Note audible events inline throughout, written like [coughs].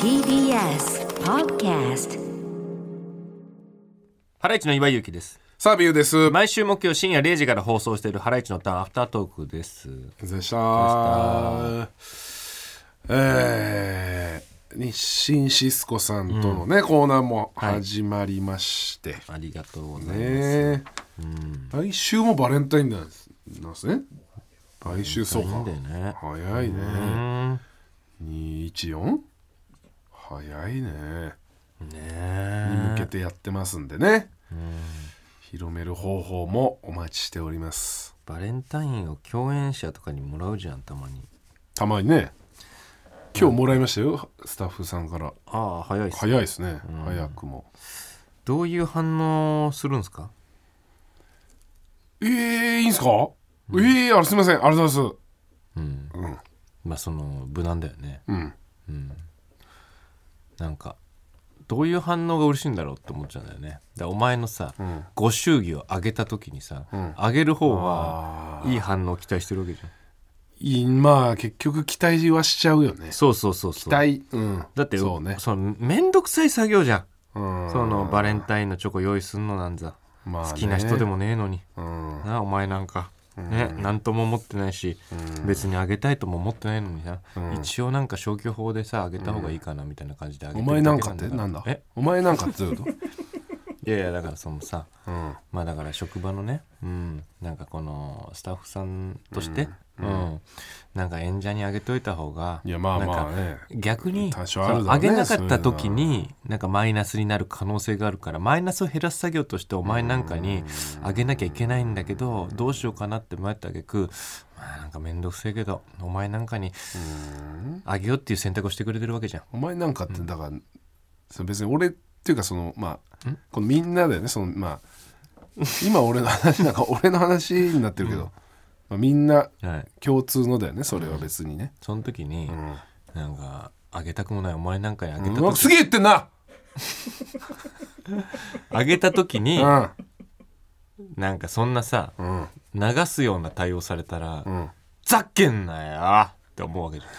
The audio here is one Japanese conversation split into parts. TBS Podcast ハライチの岩井ゆきです。サービューです。毎週木曜深夜0時から放送しているハライチのターンアフタートークです。でした。えー、日清シスコさんとのね、コーナーも始まりまして。ありがとうございます。ね来週もバレンタインデーなんですなんですね。来週そいういかんだ。よね。早いね。214? 早いね。に向けてやってますんでね。広める方法もお待ちしております。バレンタインを共演者とかにもらうじゃん、たまに。たまにね今日もらいましたよスタッフさんからああ、早いっす。早いですね、早くもどういう反応するんですかえー、いいんすか、えー、あれすいませんありがとうございますうん。うんまあ、その、無難だよね。うんなんか、どういう反応が嬉しいんだろうって思っちゃうんだよね。だからお前のさ、んご祝儀をあげた時にさ、あ、げる方は、いい反応を期待してるわけじゃん。いいまあ結局期待はしちゃうよねそうそうそうそう。期待うんだってそうねのめんどくさい作業じゃんうんそのバレンタインのチョコ用意すんのなんざ、まあね好きな人でもねえのに、うんなあお前なんか、ね何とも思ってないし、別にあげたいとも思ってないのにな、一応なんか消去法でさあげた方がいいかなみたいな感じであげておる前なんかっだてけなんだえお前なんかってどういう [laughs] こといやいやだからそのさうんまあだから職場のね、うん、なんかこのスタッフさんとして、うんなんか演者にあげといた方がいやまあまあなんかね逆に多そ少あるだろうねうあげなかった時そうになんかマイナスになる可能性があるからマイナスを減らす作業としてお前なんかにあげなきゃいけないんだけどどうしようかなって迷ったあげくまあなんか面倒くせえけどお前なんかにあげようっていう選択をしてくれてるわけじゃん。お前なんかってだから、その別に俺っていうかそのまあこのみんなだよねそのまあ今俺の話なんか俺の話になってるけど、まあ、みんなはい、共通のだよねそれは別にね、その時に、んなんかあげたくもないお前なんかにあげうたんうわ時すげえ言ってんな、あげた時うにんなんかそんなさうん流すような対応されたらうん、 「ざけんなよ!」って思うわけじゃん。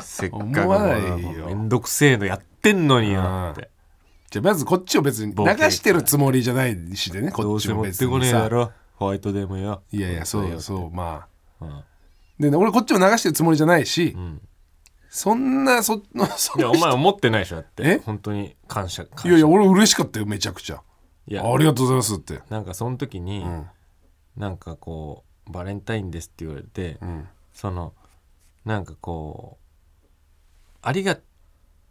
せっかく思わないよもうめんどくせえのやってんのによってじゃあまずこっちを別に流してるつもりじゃないしでねどこっうちせも持っ別てこねにえださろホワイトデーもよいやいやそうよそうまあうん、いでね俺こっちも流してるつもりじゃないし、そんなそ [laughs] のそやのお前思ってないでしょだっえて本当に感謝感謝いやいや俺嬉しかったよめちゃくちゃいやありがとうございますってなんかその時に、なんかこう「バレンタインです」って言われて、そのなんかこうありが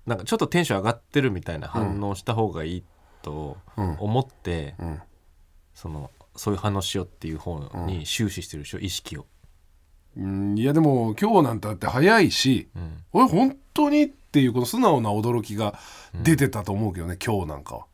なんかちょっとテンション上がってるみたいな反応した方がいいと思って、んそのそういう反応しようっていう方に終始してるでしょ、意識を。うんいやでも今日なんてだって早いし、俺本当にっていうこの素直な驚きが出てたと思うけどね、今日なんかは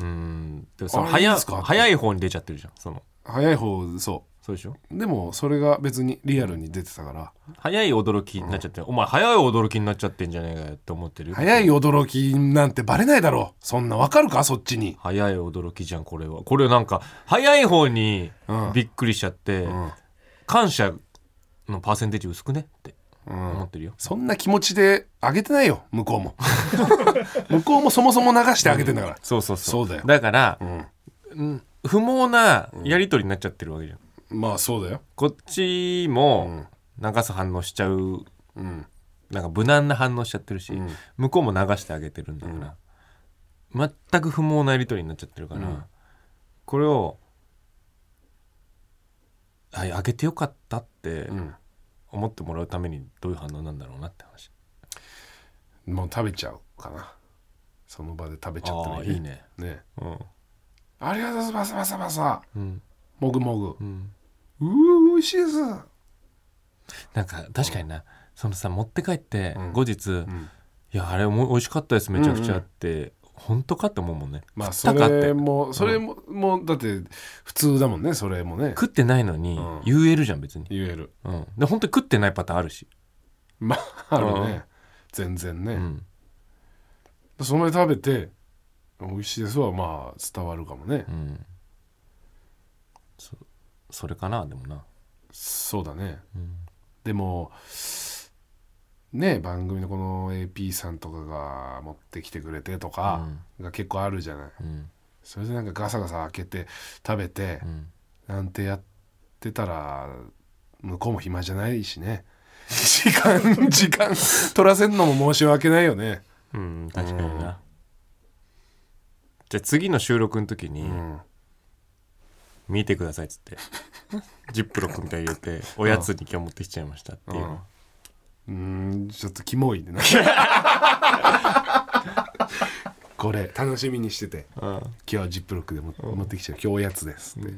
うんでもそのあ早いいいですか早い方に出ちゃってるじゃんその早い方そそうでしょうでもそれが別にリアルに出てたから早い驚きになっちゃって、お前早い驚きになっちゃってんじゃねえかよって思ってる早い驚きなんてバレないだろうそんなわかるかそっちに早い驚きじゃんこれはこれなんか早い方にうんびっくりしちゃって、感謝のパーセンテージ薄くねってうん思ってるよ、そんな気持ちであげてないよ向こ [laughs] うも向こうもそもそも流してあげてんだから、そうそうそうそうだよから、うん不毛なやり取りになっちゃってるわけじゃん、まあそうだよこっちも流す反応しちゃう、なんか無難な反応しちゃってるし、向こうも流してあげてるんだから、全く不毛なやり取りになっちゃってるから、これを「はいあげてよかった」って思ってもらうためにどういう反応なんだろうなって話もう食べちゃうかなその場で食べちゃってもあーいいねねうんありがとうございますバサバサバサうんもぐもぐ、んうー美味しいですなんか確かにな、そのさ持って帰ってん後日、いやあれも美味しかったですめちゃくちゃって、本当かって思うもんね、まあ食そったかってれもそれも,、もうだって普通だもんねそれもね食ってないのにん言えるじゃん別に、言えるうん、で本当に食ってないパターンあるし、まああるね、全然ね、うん、その場で食べて美味しいですはまあ伝わるかもね、うんそそれかなでもなそうだね、でもね番組のこの AP さんとかが持ってきてくれてとかが結構あるじゃない、うんそれでなんかガサガサ開けて食べてう、んなんてやってたら向こうも暇じゃないしね時間時間取らせんのも申し訳ないよねうん確かになじゃあ次の収録の時にうん「見てください」っつ [laughs] ってジップロックみたいに入れておやつに今日持ってきちゃいましたっていうのうんちょっとキモいな [laughs] これ楽しみにしててうん今日ジップロックでも持ってきちゃう今日おやつですって、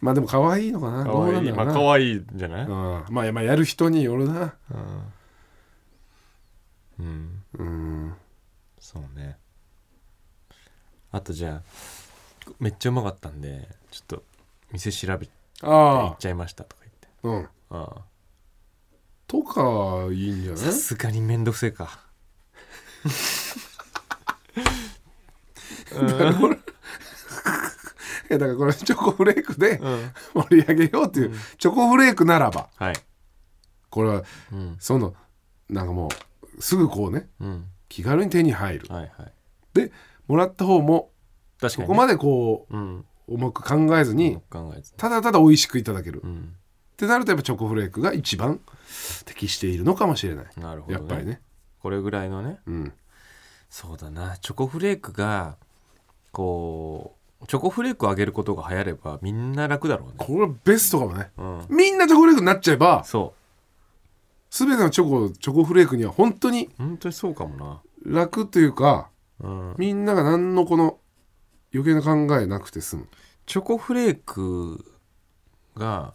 まあでも可愛いのかな可愛いどまあうなんだろうな可愛いんじゃないうんまあまあやる人によるなうんうんうんそうねあとじゃあめっちゃうまかったんでちょっと店調べて行ああっちゃいましたとか言ってうんあとかいいんじゃあないさすがにめんどくせえか [laughs] だからこれいやだからこれチョコフレークでうん盛り上げようっていう、チョコフレークならばはいこれはうんそのなんかもうすぐこうねうん気軽に手に入るはいはいでもらった方も確かにね、そこまでこうんう重く考えずに考えてたただただ美味しくいただける、うっんてなるとやっぱチョコフレークが一番適しているのかもしれないなるほど、やね、っぱりねこれぐらいのねうんそうだなチョコフレークがこうチョコフレークをあげることが流行ればみんな楽だろうねこれベストかもねうんみんなチョコフレークになっちゃえばそ全てのチョコチョコフレークには本当にう本当にそうかも楽というかなうんみんなが何のこの余計な考えなくて済むチョコフレークが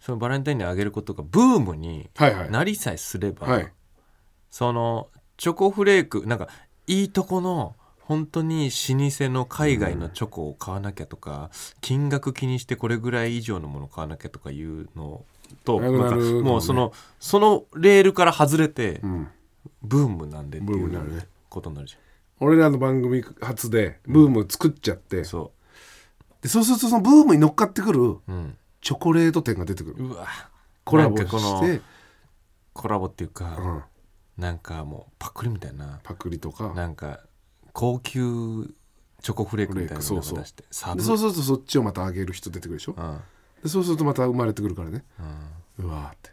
そのバレンタインにあげることがブームにはいはいなりさえすれば、はいそのチョコフレークなんかいいとこの本当に老舗の海外のチョコを買わなきゃとか、金額気にしてこれぐらい以上のもの買わなきゃとかいうのとなくなんかるもんねもうそのそのレールから外れてうんブームなんでっていブームになるうねことになるじ俺らの番組初でブームを作っちゃって、ゃん。そでそうするとそのブームに乗っかってくるう、うん、チョコレート店が出てくるうわコラボなんかこのして、コラボっていうか、うん、なんかもうパクリみたいなパクリとかなんか高級チョコフレークみたいなのそうをそう出してサブでそうするとそっちをまたあげる人出てくるでしょうんうんでそうするとまた生まれてくるからねうわーって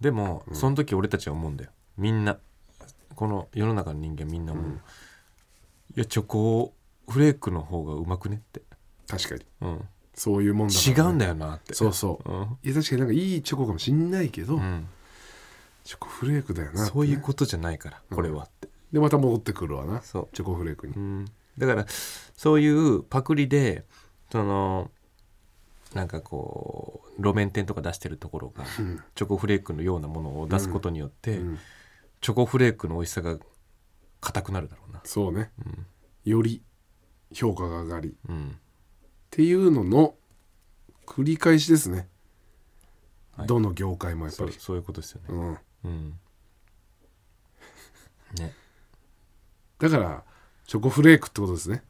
でも、その時俺たちは思うんだよみんなこの世の中の人間みんなもう、いやチョコフレークの方がうまくねって、確かにうん、そういうもんだ違うんだよなってそうそう、うんいや確かになんかいいチョコかもしんないけど、うんチョコフレークだよなってねそういうことじゃないから、これはって、でまた戻ってくるわなチそうョコフレークに、うん、だからそういうパクリでそのなんかこう路面店とか出してるところが、チョコフレークのようなものを出すことによって、うんチョコフレークの美味しさが硬くなるだろうな、そうね、より評価が上がりっうん、ていうのの繰り返しですね、はいどの業界もやっぱそうりそういうことですよね、うんうん、ねだからチョコフレークってことですね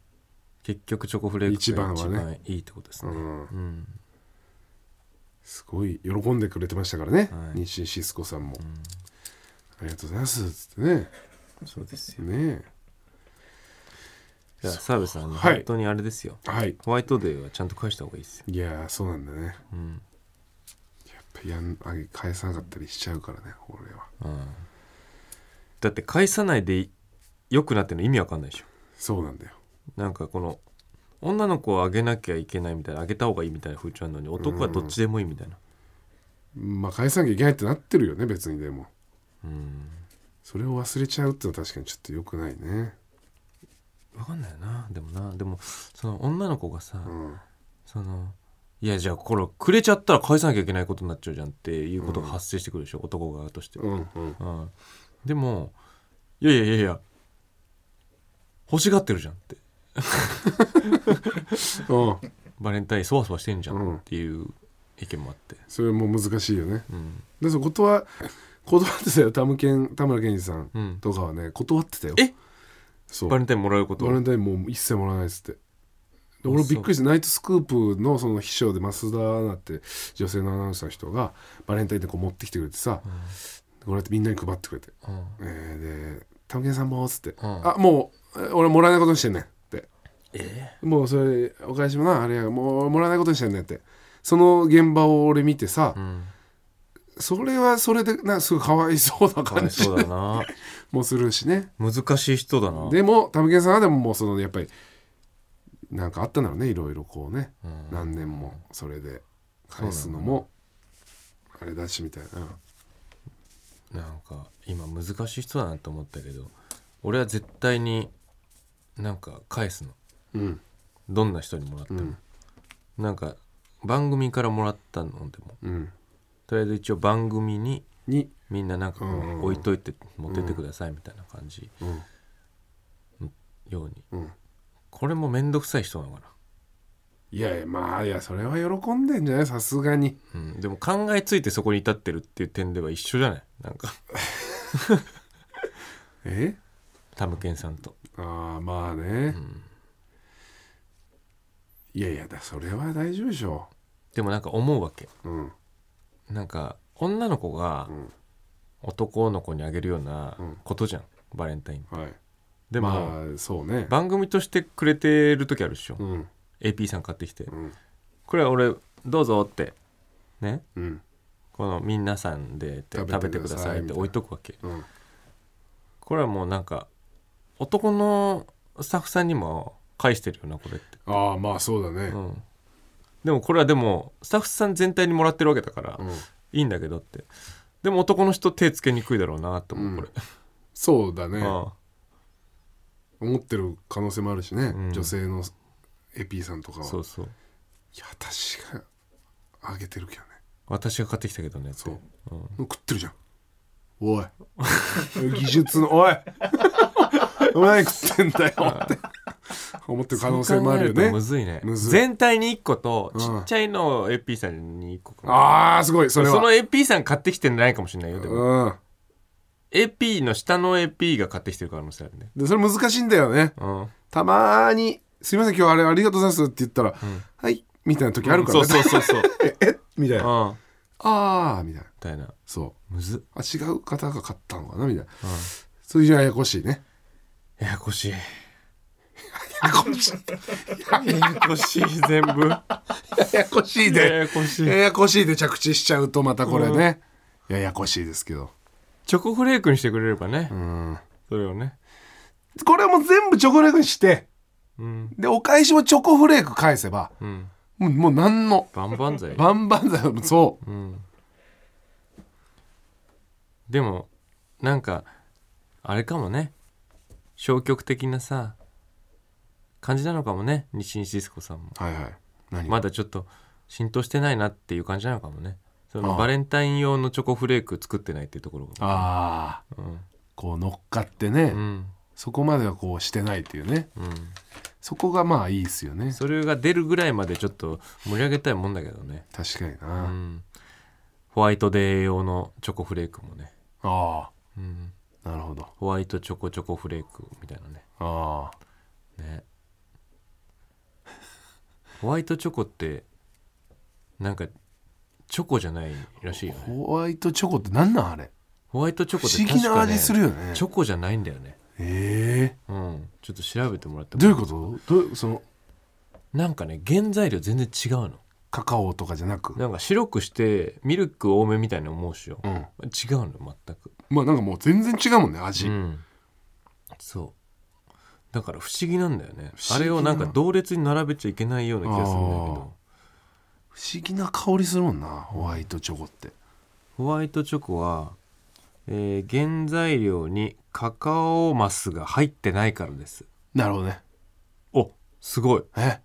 結局チョコフレークが一一番は番いいってことですうね、んうんすごい喜んでくれてましたからね、はい日清シスコさんも、ありがとうございますっつってねそうですねじゃあ澤部さん、はい本当にあれですよえはいホワイトデーはちゃんと返した方がいいですよ、いやーそうなんだねやっうんぱやんあげ返さなかったりしちゃうからね俺はうん、だって返さないで良くなってるの意味わかんないでしょそうなんだよなんかこの女の子をあげなきゃいけないみたいなあげた方がいいみたいな風潮あるのに男はどっちでもいいみたいな、まあ返さなきゃいけないってなってるよね別にでもうん、それを忘れちゃうってのは確かにちょっと良くないねわかんないよなでもなでもその女の子がさ、うんそのいやじゃあこれくれちゃったら返さなきゃいけないことになっちゃうじゃんっていうことが発生してくるでしょ、男側として、うんうんうんでもいやいやいやいや欲しがってるじゃんってうんバレンタインそわそわしてんじゃうんんっていう意見もあって、それも難しいよねうん、でその断断ってたよ田村健田村健二さんうんとかはね断ってたよえそうババレンタインもらうことレンタインもう一切もらわないっつってで俺びっくりしてナイトスクープのその秘書で増田アナって女性のアナウンサーの人がバレンタインでこう持ってきてくれてさ、こうやってみんなに配ってくれてうん「えー、で玉木さんも」っつって「んあもうえー俺もらえないことにしてんねん」ってえ「もうそれお返しもなあれやもうもらえないことにしてんねん」ってその現場を俺見てさ、うんそれはそれでなんかすごいかわいそうなかわ感いじそうだなもするしね難しい人だなでも玉木さんはでももうそのやっぱりなんかあったんだろうねいろいろこうね、うん何年もそれで返すのもあれだしみたいな、なんか今難しい人だなと思ったけど俺は絶対になんか返すのうんどんな人にもらってうも、んなんか番組からもらったのでもうんとりあえず一応番組にに、みんななんかこうんうんうんう置いといて持ってってくださいみたいな感じうんようにうん、これも面倒くさい人なのかいやいやまあいやそれは喜んでんじゃないさすがにな、うん、でも考えついてそこに至ってるっていう点では一緒じゃないなんかえタムケンさんとああまあね、んいやいやだそれは大丈夫でしょでもなんか思うわけううんなんか女の子がん男の子にあげるようなうんことじゃん、バレンタインはいでも、まあそうね番組としてくれてる時あるでしょ、うん AP さん買ってきてうんこれは俺どうぞってねうんこの皆さんでって食べ食べててくくだだささいいって置いとくわけうんこれはもうなんか男のスタッフさんにも返してるよなこれって、ああまあそうだねうん、でもこれはでもスタッフさん全体にもらってるわけだから、うんいいんだけどってでも男の人手つけにくいだろうなと思うこれ、そうだね、あ思ってる可能性もあるしね、うん女性のエピーさんとあかはそうそういや私があげてるけどね私が買ってきたけどねってそう、うん食ってるじゃん [laughs] おい技術のおいお前食ってんだよって思ってる可能性もあるよそう考えねとむずいねむずい全体に1個とうんちっちゃいのを AP さんに1個かなあーすごいそれはその AP さん買ってきてないかもしれないよでも、うん AP の下の AP が買ってきてる可能性あるねでそれ難しいんだよねうんたまーに「すいません今日あれありがとうございます」って言ったら「はい」みたいな時あるから、ねそうそうそうそ [laughs] うええみたいな「うんみあー」みたいなたいなそうむずっあ違う方が買ったのかなみたいな、そういうややこしいねややこしいややこしいややこしい全部やややこしいでやこしいややこしいで着地しちゃうとまたこれね、ややこしいですけどチョコフレークにしてくれればね、うんそれをねこれも全部チョコフレークにしてうんでお返しもチョコフレーク返せばうんもうもう何のバンバン [laughs] 剤バンバンだよそううんでもなんかあれかもね消極的なさ感じなのかもね日清シスコさんもはいはい何、まだちょっと浸透してないなっていう感じなのかもねそあのあバレンタイン用のチョコフレーク作ってないっていうところがああうんこう乗っかってね、うんそこまではこうしてないっていうねうんそこがまあいいですよねそれが出るぐらいまでちょっと盛り上げたいもんだけどね確かにうな、あんホワイトデー用のチョコフレークもねあうんなるほどホワイトチョコチョコフレークみたいなねああねホワイトチョコってなんかチョコじゃないらしいよねホワイトチョコって何なんあれホワイトチョコ不って思議な確かね味するよねチョコじゃないんだよねええうんちょっと調べてもらってもどういうことどうそのなんかね原材料全然違うのカカオとかじゃなくなんか白くしてミルク多めみたいな思うしよ、うん違うの全くまあなんかもう全然違うもんね味、うんそうだから不思議なんだよね不あ思議れなをなんか同列に並べちゃいけないような気がするんだけあーど不思議な香りするもんなホワイトチョコってホワイトチョコは、えー原材料にカカオマスが入ってないからですなるほどねおすごいえ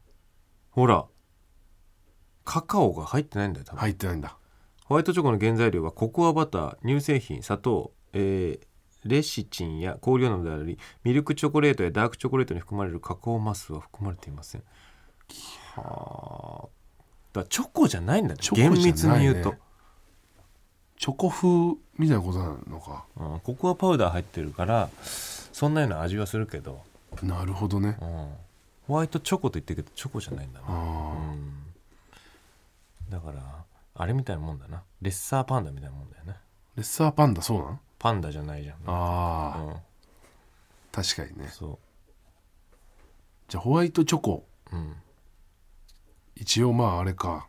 ほらカカオが入ってないんだよ多分、入ってないんだホワイトチョコの原材料はココアバター乳製品砂糖、えーレシチンや香料などでありミルクチョコレートやダークチョコレートに含まれるカカオマスは含まれていませんはあだからチョコじゃないんだねチョコじゃ厳ないね密に言うと、チョコ風みたいなことなのかうん、ココアパウダー入ってるからそんなような味はするけどなるほどねうん、ホワイトチョコと言ってるけどチョコじゃないんだな、あうんだからあれみたいなもんだなレッサーパンダみたいなもんだよねレッサーパンダそうなんパンダじゃないじゃんあー、うん、確かにねそじゃあホワイトチョコう、うん一応まああれか、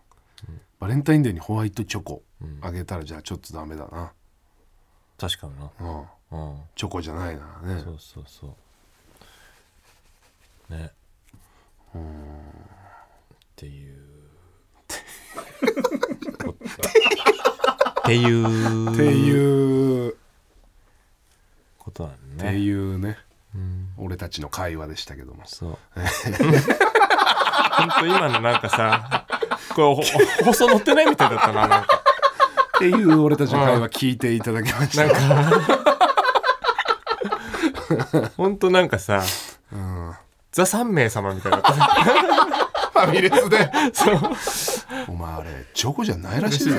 バレンタインデーにホワイトチョコうんあげたらじゃあちょっとダメだな、確かにな、うん、うん、チョコじゃないなねそうそうそうねっていうっていうっていうことだっねていうねうん俺たちの会話でしたけどもそう [laughs] 本当今のなんかさこれほ [laughs] 放送乗ってないみたいだったななんかっていう俺たちの会話聞いていただきました、本当なんかさうん、フザ三名様みたいだったなァミレスでそう [laughs] お前あれチョコじゃないらしいぞ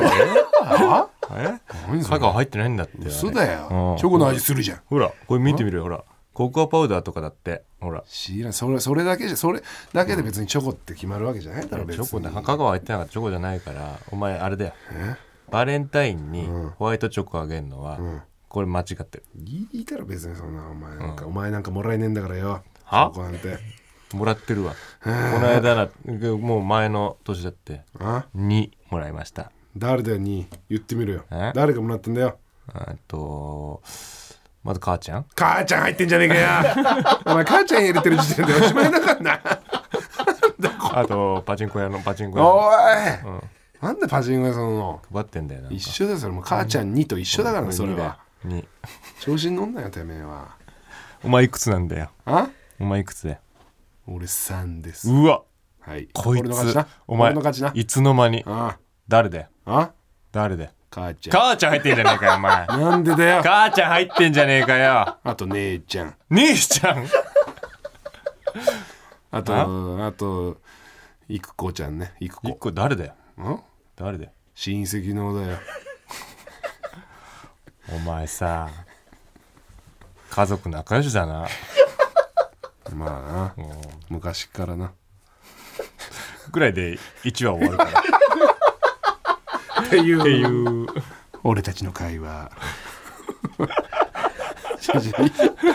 あえ何そカれカオ入ってないんだって嘘だうよんチョコの味するじゃんほらこれ見てみるよほらココアパウダーとかだってほら知らんそれそれだけじゃそれだけで別にチョコって決まるわけじゃないだろチ別にョコだ香川入ってなかったチョコじゃないからお前あれだよえバレンタインにうんホワイトチョコあげるのは、うんこれ間違ってるいいだろ別にそんなお前なんか、お前なんかもらえねえんだからよチはョコなんてもらってるわこの間なもう前の年だってあ2もらいました誰だよに言ってみろよえ誰がもらってんだよえっとまず母ちゃん母ちゃん入ってんじゃねえかよ [laughs] お前母ちゃん入れてる時点でおしまいだからなあとパチンコ屋のパチンコ屋のおい、なんでパチンコ屋さんの配ってんだよな一緒だよそれもう母ちゃんにと一緒だからねそれは2調子に乗んなよてめえはお前いくつなんだよあお前いくつだよ俺さんですうわはいこい俺の勝ちつなお前俺の勝ちないつの間にあ誰だよあ誰だよ母ちゃ母ちゃん入ってんじゃねえかよお前んなんでだよ母ちゃん入ってんじゃねえかよあと姉ちゃん兄ちゃんあとあと育子ちゃんね育一子個誰だようん誰だよ親戚のだよお前さ家族仲良しだなまあな昔からなぐらいで1話終わるからっっていうていう俺たちの [laughs] 会話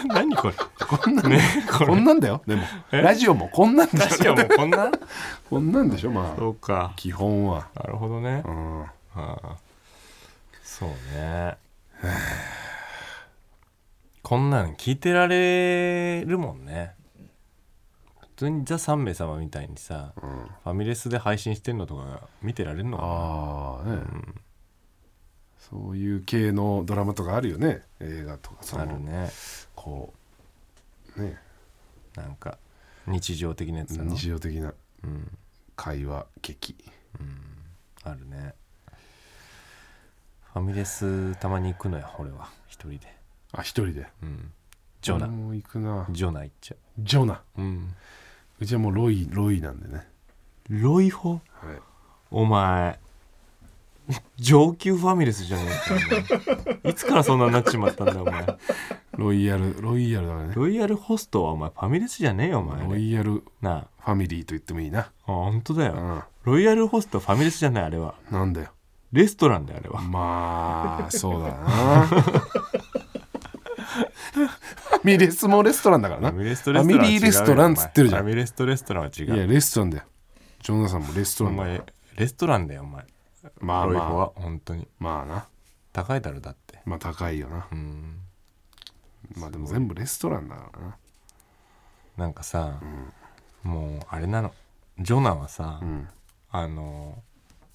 何これこんなんねここれんなんだよでもラジオもこんなんだ確かよ、もうこんなこんなんでしょまそあうか基本はなるほどねうんああそうね [sighs] こんなん聞いてられるもんね普通に「ザ3名様」みたいにさ、ファミレスで配信してんのとか見てられるのかなああね、そういう系のドラマとかあるよね映画とかそのあるねこうねなんか日常的なやつだな日常的なうん会話劇あるねファミレスたまに行くのよ俺は一人であ一人でうんジョナ、俺も行くなジョナ行っちゃジョナううんうちはもうロイロイなんでねロイホはいお前上級ファミレスじゃねえかお前いつからそんなになっちまったんだよお前ロイヤルロイヤルだからねロイヤルホストはお前ファミレスじゃねえよお前ロイヤルフなァミリーと言ってもいいなあ本当だよ、うんロイヤルホストはファミレスじゃないあれはなんだよレストランだよあれはまあそうだなファミレスもレストランだからなファミレスとレストランは違うよファミリーレストランっつってるじゃお前フんァミレスとレストランはい違やうレストランだよジョナさんもレストおランだから前レストランだよお前まあロイホまあは本当にまあな高いだろだってまあ高いよなうんまあでも全部レストランだからななんかさ、もうあれなのジョナはさ、うんあの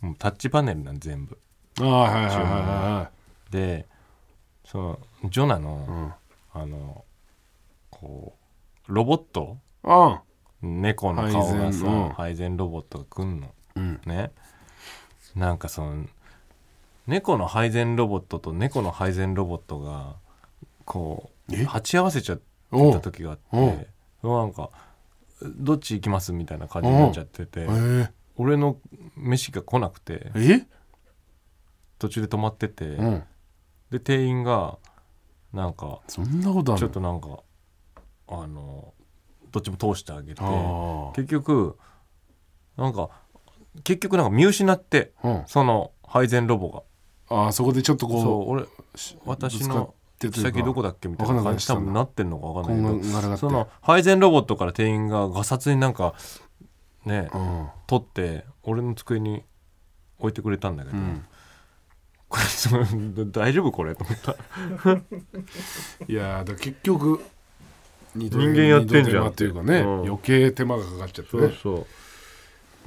もうタッチパネルなん全部ああはいはいはいはでそのジョナの、いはいうんあのこうロボットあ猫の顔が配さ膳うん配膳ロボットが来んのあうんねなんかその猫の配膳ロボットと猫の配膳ロボットがこえう鉢合わせちゃっておたう時があっおてなんか「どっち行きます?」みたいな感じになっちゃっててえ俺の飯が来なくてええ途中で止まってて、うんで店員がなんかそんなことあるちょっとなんかあのどっちも通してあげてあー結局なんか結局なんか見失ってうんその配膳ロボがああそこでちょっとこうそう俺私のぶつかってというか先どこだっけみたいな感じ多分なってんのか分かこんんながいけどらがってその配膳ロボットから店員ががさつになんかねうん取って俺の机に置いてくれたんだけど、うんこれその [laughs] 大丈夫これと思ったいやーだから結局人人間やってんじゃんっていうかね、うん余計手間がかかっちゃってねそ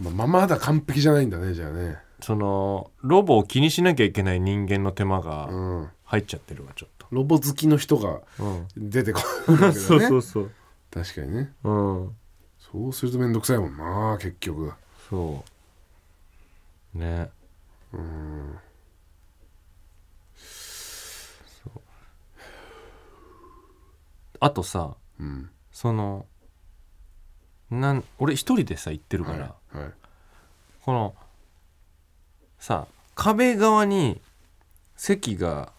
うまあ、まあまだ完璧じゃないんだねじゃあねそのロボを気にしなきゃいけない人間の手間うがん入っちゃってるわちょっと、ロボ好きの人がうん出てこないわけだね [laughs] そうそう確かにねうんそうすると面倒くさいもんな結局そうねうんあとさうんそのなん俺一人でさ行ってるかはいら、はいこのさ壁側に席が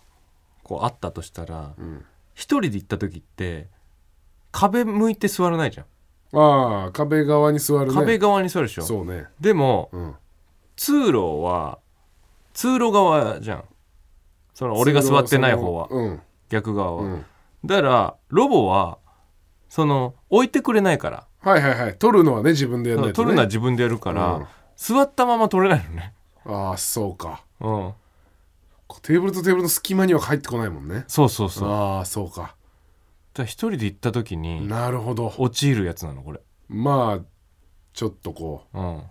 こうあったとしたらうん、一人で行った時って壁向いて座らないじゃん、ああ壁側に座るね壁側に座るでしょそうねでもうん通路は通路側じゃんその俺が座ってない方はうん逆側は、うんだからロボはその置いてくれないから、はいはいはい取るのはね自分でやるないと、取ね、るのは自分でやるから、うん座ったまま取れないのねああそうかうんテーブルとテーブルの隙間には入ってこないもんねそうそうそうだかああそうから一人で行った時になるほど陥るやつなのこれまあちょっとこうん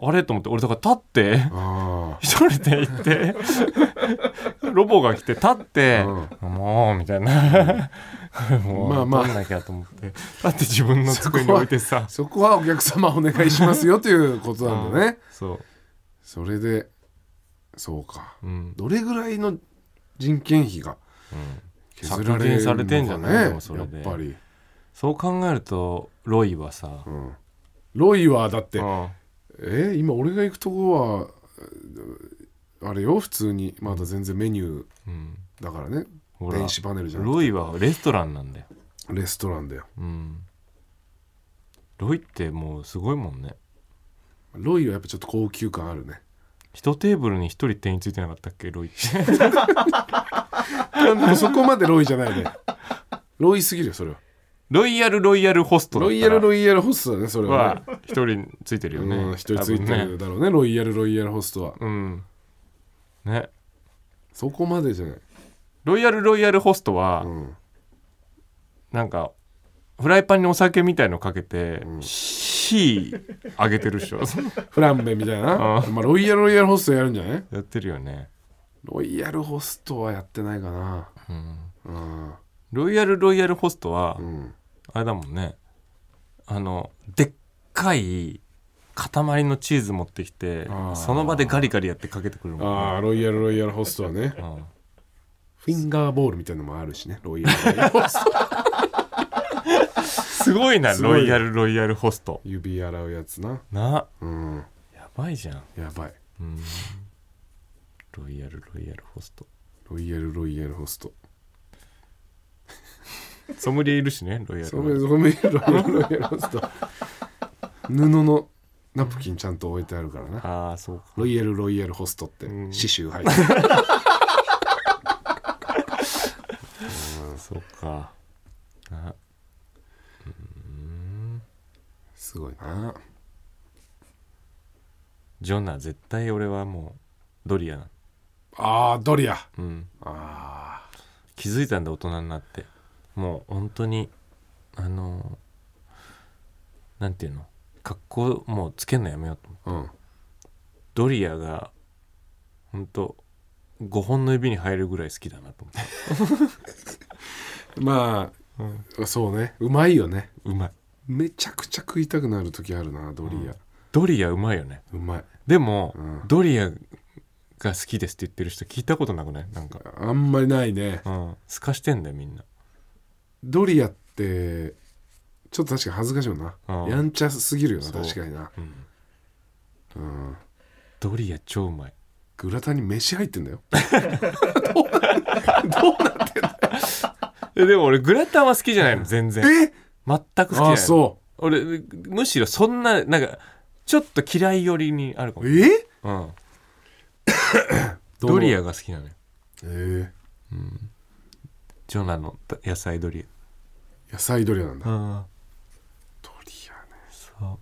あれと思って俺だから立ってうあ一人で行ってロボが来て立って、もうみたいなもうまあまあ取んなきゃと思って立って自分の机に置いてさあそこはお客様お願いしますよということなん [laughs] だね、そそれでそうかう、うん、どれぐらいの人件費が削られるの削か、ね、減されてんじゃないでもそれでやっぱり、そう考えるとロイはさ、うん、ロイはだって、うんえ今俺が行くとこはえーあれよ普通にまだ全然メニュうん、ーだからねほら電子パネルじゃなくロイはレストランなんだよ、てレストランだようん、ロイってもうすごいもんねロイはやっぱちょっと高級感あるね一テーブルに一人店員ついてなかったっけロイって [laughs] もうそこまでロイじゃないね [laughs] ロイすぎるよそれはロイヤルロイヤルホストだっロイたヤルらロイヤルホストだねそれはねは一人ついてるようんね一人ついて多分るねだろうねロイヤルロイヤルホストはうんねそこまでじゃない、ロイヤルロイヤルホストは、うん、なんかフライパンにお酒みたいのかけて、うん火あげて [laughs] るっしょフランベみたいな [laughs] あまあロイヤルロイヤルホストやるんじゃないやってるよね、ロイヤルホストはやってないかなうん、うんロイヤルロイヤルホストは、うんあれだもんねあのでっかい塊のチーズ持ってきてあーその場でガリガリやってかけてくるもんねああロイヤルロイヤルホストはねうんフィンガーボールみたいなのもあるしねロイヤルロイヤル [laughs] ホストすごいなすごいロイヤルロイヤルホスト指洗うやつななうんやばいじゃんやばいうんロイヤルロイヤルホストロイヤルロイヤルホストソムリエいるしねロイヤルそロイヤれルそれロイヤルロイヤルホスト布のナプキンちゃんと置いてあるからなああそうかロイヤルロイヤルホストってうん刺繍 [laughs] 入ってるそうかなすごいなジョナ絶対俺はもうドリアなあードリアうんあ気づいたんだ大人になってもう本当にあのーなんていうの格好もうつけんのやめようと思ってーうんドリアが本当5本の指に入るぐらい好きだなと思ってまあ、そうねうまいよねうまいめちゃくちゃ食いたくなる時あるなドリア、ドリアうまいよねうまいでも、うんドリアが好きですって言ってる人聞いたことなくないなんか、あんまりないねうん、すかしてんだよみんなドリアってちょっと確かに恥ずかしいよな、うんやんちゃすぎるよなそう確かにな、うんうん、ドリア超うまいグラタンに飯入ってんだよえでも俺グラタンは好きじゃないの全然え全く好きじゃなあいそ俺むしろそんななんかちょっと嫌い寄りにあるかもうえうん、 [coughs] どのドリアが好きなのよえジョナの野菜ドリー、野菜ドリアなんだ、アうんドリアねそ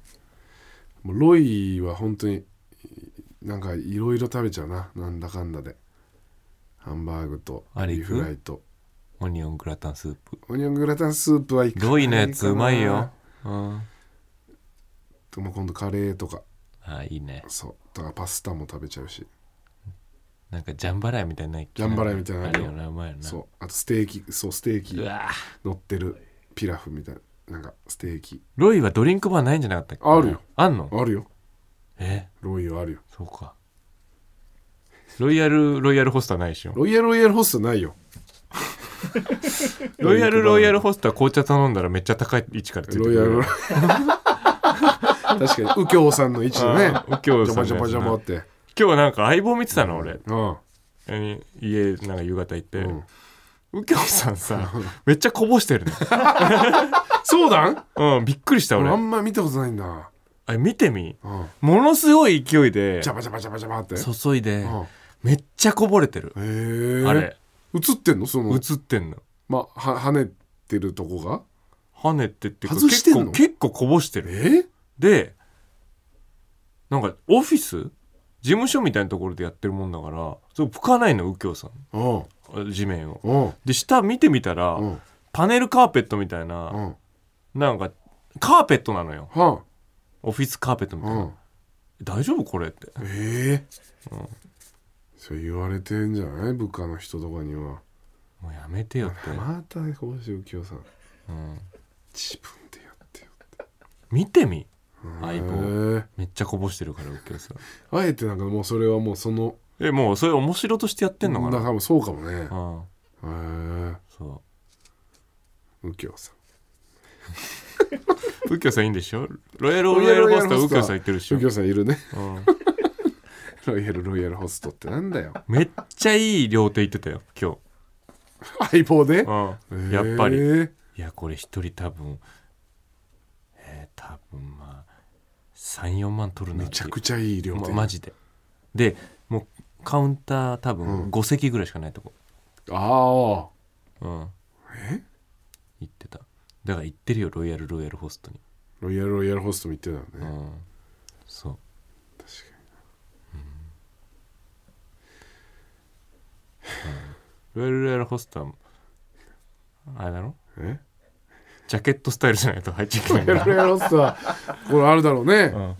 うもうロイは本当になんかいろいろ食べちゃうななんだかんだでハンバーグとあれビー行くフライとオニオングラタンスープオニオングラタンスープはいかないかなロイのやつうまいよ、うん、でも今度カレーとかあいいねそうだからパスタも食べちゃうしなんかジャンバラヤみたいなジジャンバラヤみたいなのあるよなうまいよなそうあとステーキそうステーキうわ乗ってるピラフみたいななんかステーキロイはドリンクバーないんじゃなかったっけあるよあんのあるよえロイヤルあるよそうかロイヤルロイヤルホストはないでしょロイヤルロイヤルホストないよロイヤルロイヤルホストは紅茶頼んだらめっちゃ高い位置からついてくロるイヤル [laughs] 確かに右京さんの位置だね右京ジャさんのやつバジなャバジャバって今日なんか相棒見てたの俺うん何家なんか夕方行って、うん右京さんさめっちゃこぼ [laughs] してるねそうだんうんびっくりした俺あ俺んま見たことないんだあれ見てみうんものすごい勢いでジャバジャバジャバジャバって注いでうんめっちゃこぼれてるへえあれ映ってんのその映ってんのまあは跳ねてるとこが跳ねてっていうか外して結んの構結構こぼしてるえでなんかオフィス事務所みたいなところでやってるもんだからそう拭かないの右京さんうんあ地面をうんで下見てみたら、うんパネルカーペットみたいうな、んなんかカーペットなのよはオフィスカーペットみあたいうな、ん大丈夫これってええそう言われてんじゃない部下の人とかにはもうやめてよって、またこうし右京さんうん、自分でやってよって見てみ相棒へえめっちゃこぼしてるから右京さんあえてなんかもうそれはもうそのえもうそれ面白としてやってんのかなだから多分そうかもねうんへえそ右京さんう右京さんいいんでしょロイヤルロイヤルホストは右京さん言ってるでしょ右、京さんいるねうん、ロイヤルロイヤルホストってなんだよめっちゃいい料亭行ってたよ今日相棒でうん、へえやっぱりいやこれ一人多分えー、多分まあ34万取るなめってちゃくちゃいい料ま亭マジででもうカウンター多うん分5席ぐらいしかないとこああうんえ行ってただから行ってるよロイヤルロイヤルホストにロイヤルロイヤルホストも言ってたうよねんそう確かロイヤルロイヤルホストはあれだろにえジャケットスタイルじゃないと入っちゃいけロないイんだヤルロイヤルホストはこれあるだろうねうん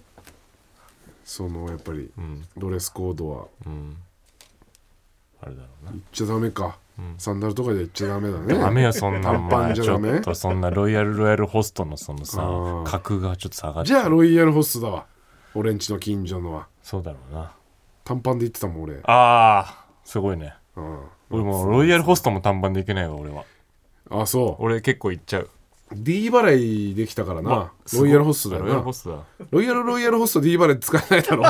そのやっぱりうんドレスコードはうんあれだろうな言っちゃダメか、うんサンダルとかで言っちゃダメだねダメよそんな短パンじゃダメお前ちょっとそんなロイヤルロイヤルホストのそのさうん格がちょっと下がってじゃあロイヤルホストだわ俺んちの近所のはそうだろうな短パンで言ってたもん俺あーすごいねうん俺もうロイヤルホストも短パンでいけないわ俺はあそう俺結構いっちゃう D 払いできたからな、まあすごロいイヤルホストだよロイヤルなホストだロイヤルロイヤルホスト D 払い使えない [laughs] だろ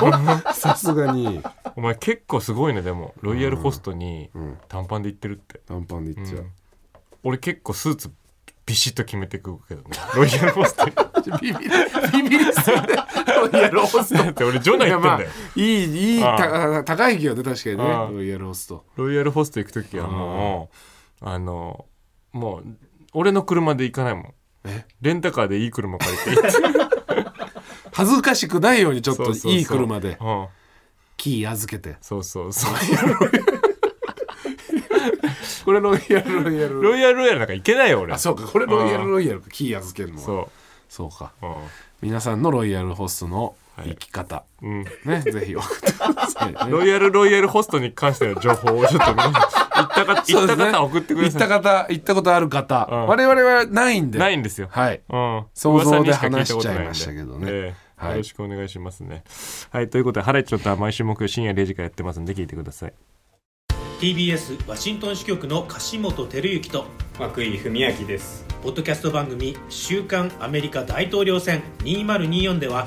さすがにお前結構すごいねでもロイヤルホストにうん短パンでいってるって短パンで言っちゃう、俺結構スーツビシッと決めてくけどねロイヤルホスト [laughs] にビビりビビ [laughs] りすぎてロイヤルホストだって俺ジョナい行やってまんあだよ、いいいいああた高い木よね確かにねああロイヤルホストロイヤルホスト行く時はもうあのもう俺の車で行かないもんえレンタカーでいい車借りて [laughs] 行って恥ずかしくないようにちょっそうとそうそういい車でうんキー預けてそうそうそうこれロイヤルロイヤルロイヤルロイヤルなんか行けないよ俺あそうかこれロイヤルロイヤルかキー預けるのはそそうかう皆さんのロイヤルホストの生き方、うん、ねぜひ送ってください、ね、 [laughs] ロイヤルロイヤルホストに関しての情報をちょっ [laughs] とね行ったか行った方送ってください、行った方行ったことある方、うん我々はないんでないんですよはいうん、想像で噂にしか聞たことな話しちゃいんでましたけどねええはいよろしくお願いしますね。はい、ということで、ハライチョットは毎週木曜深夜0時からやってますんで、聞いてください。 TBS ワシントン支局の樫本照之と涌井文明ですポッドキャスト番組「週刊アメリカ大統領選2024」では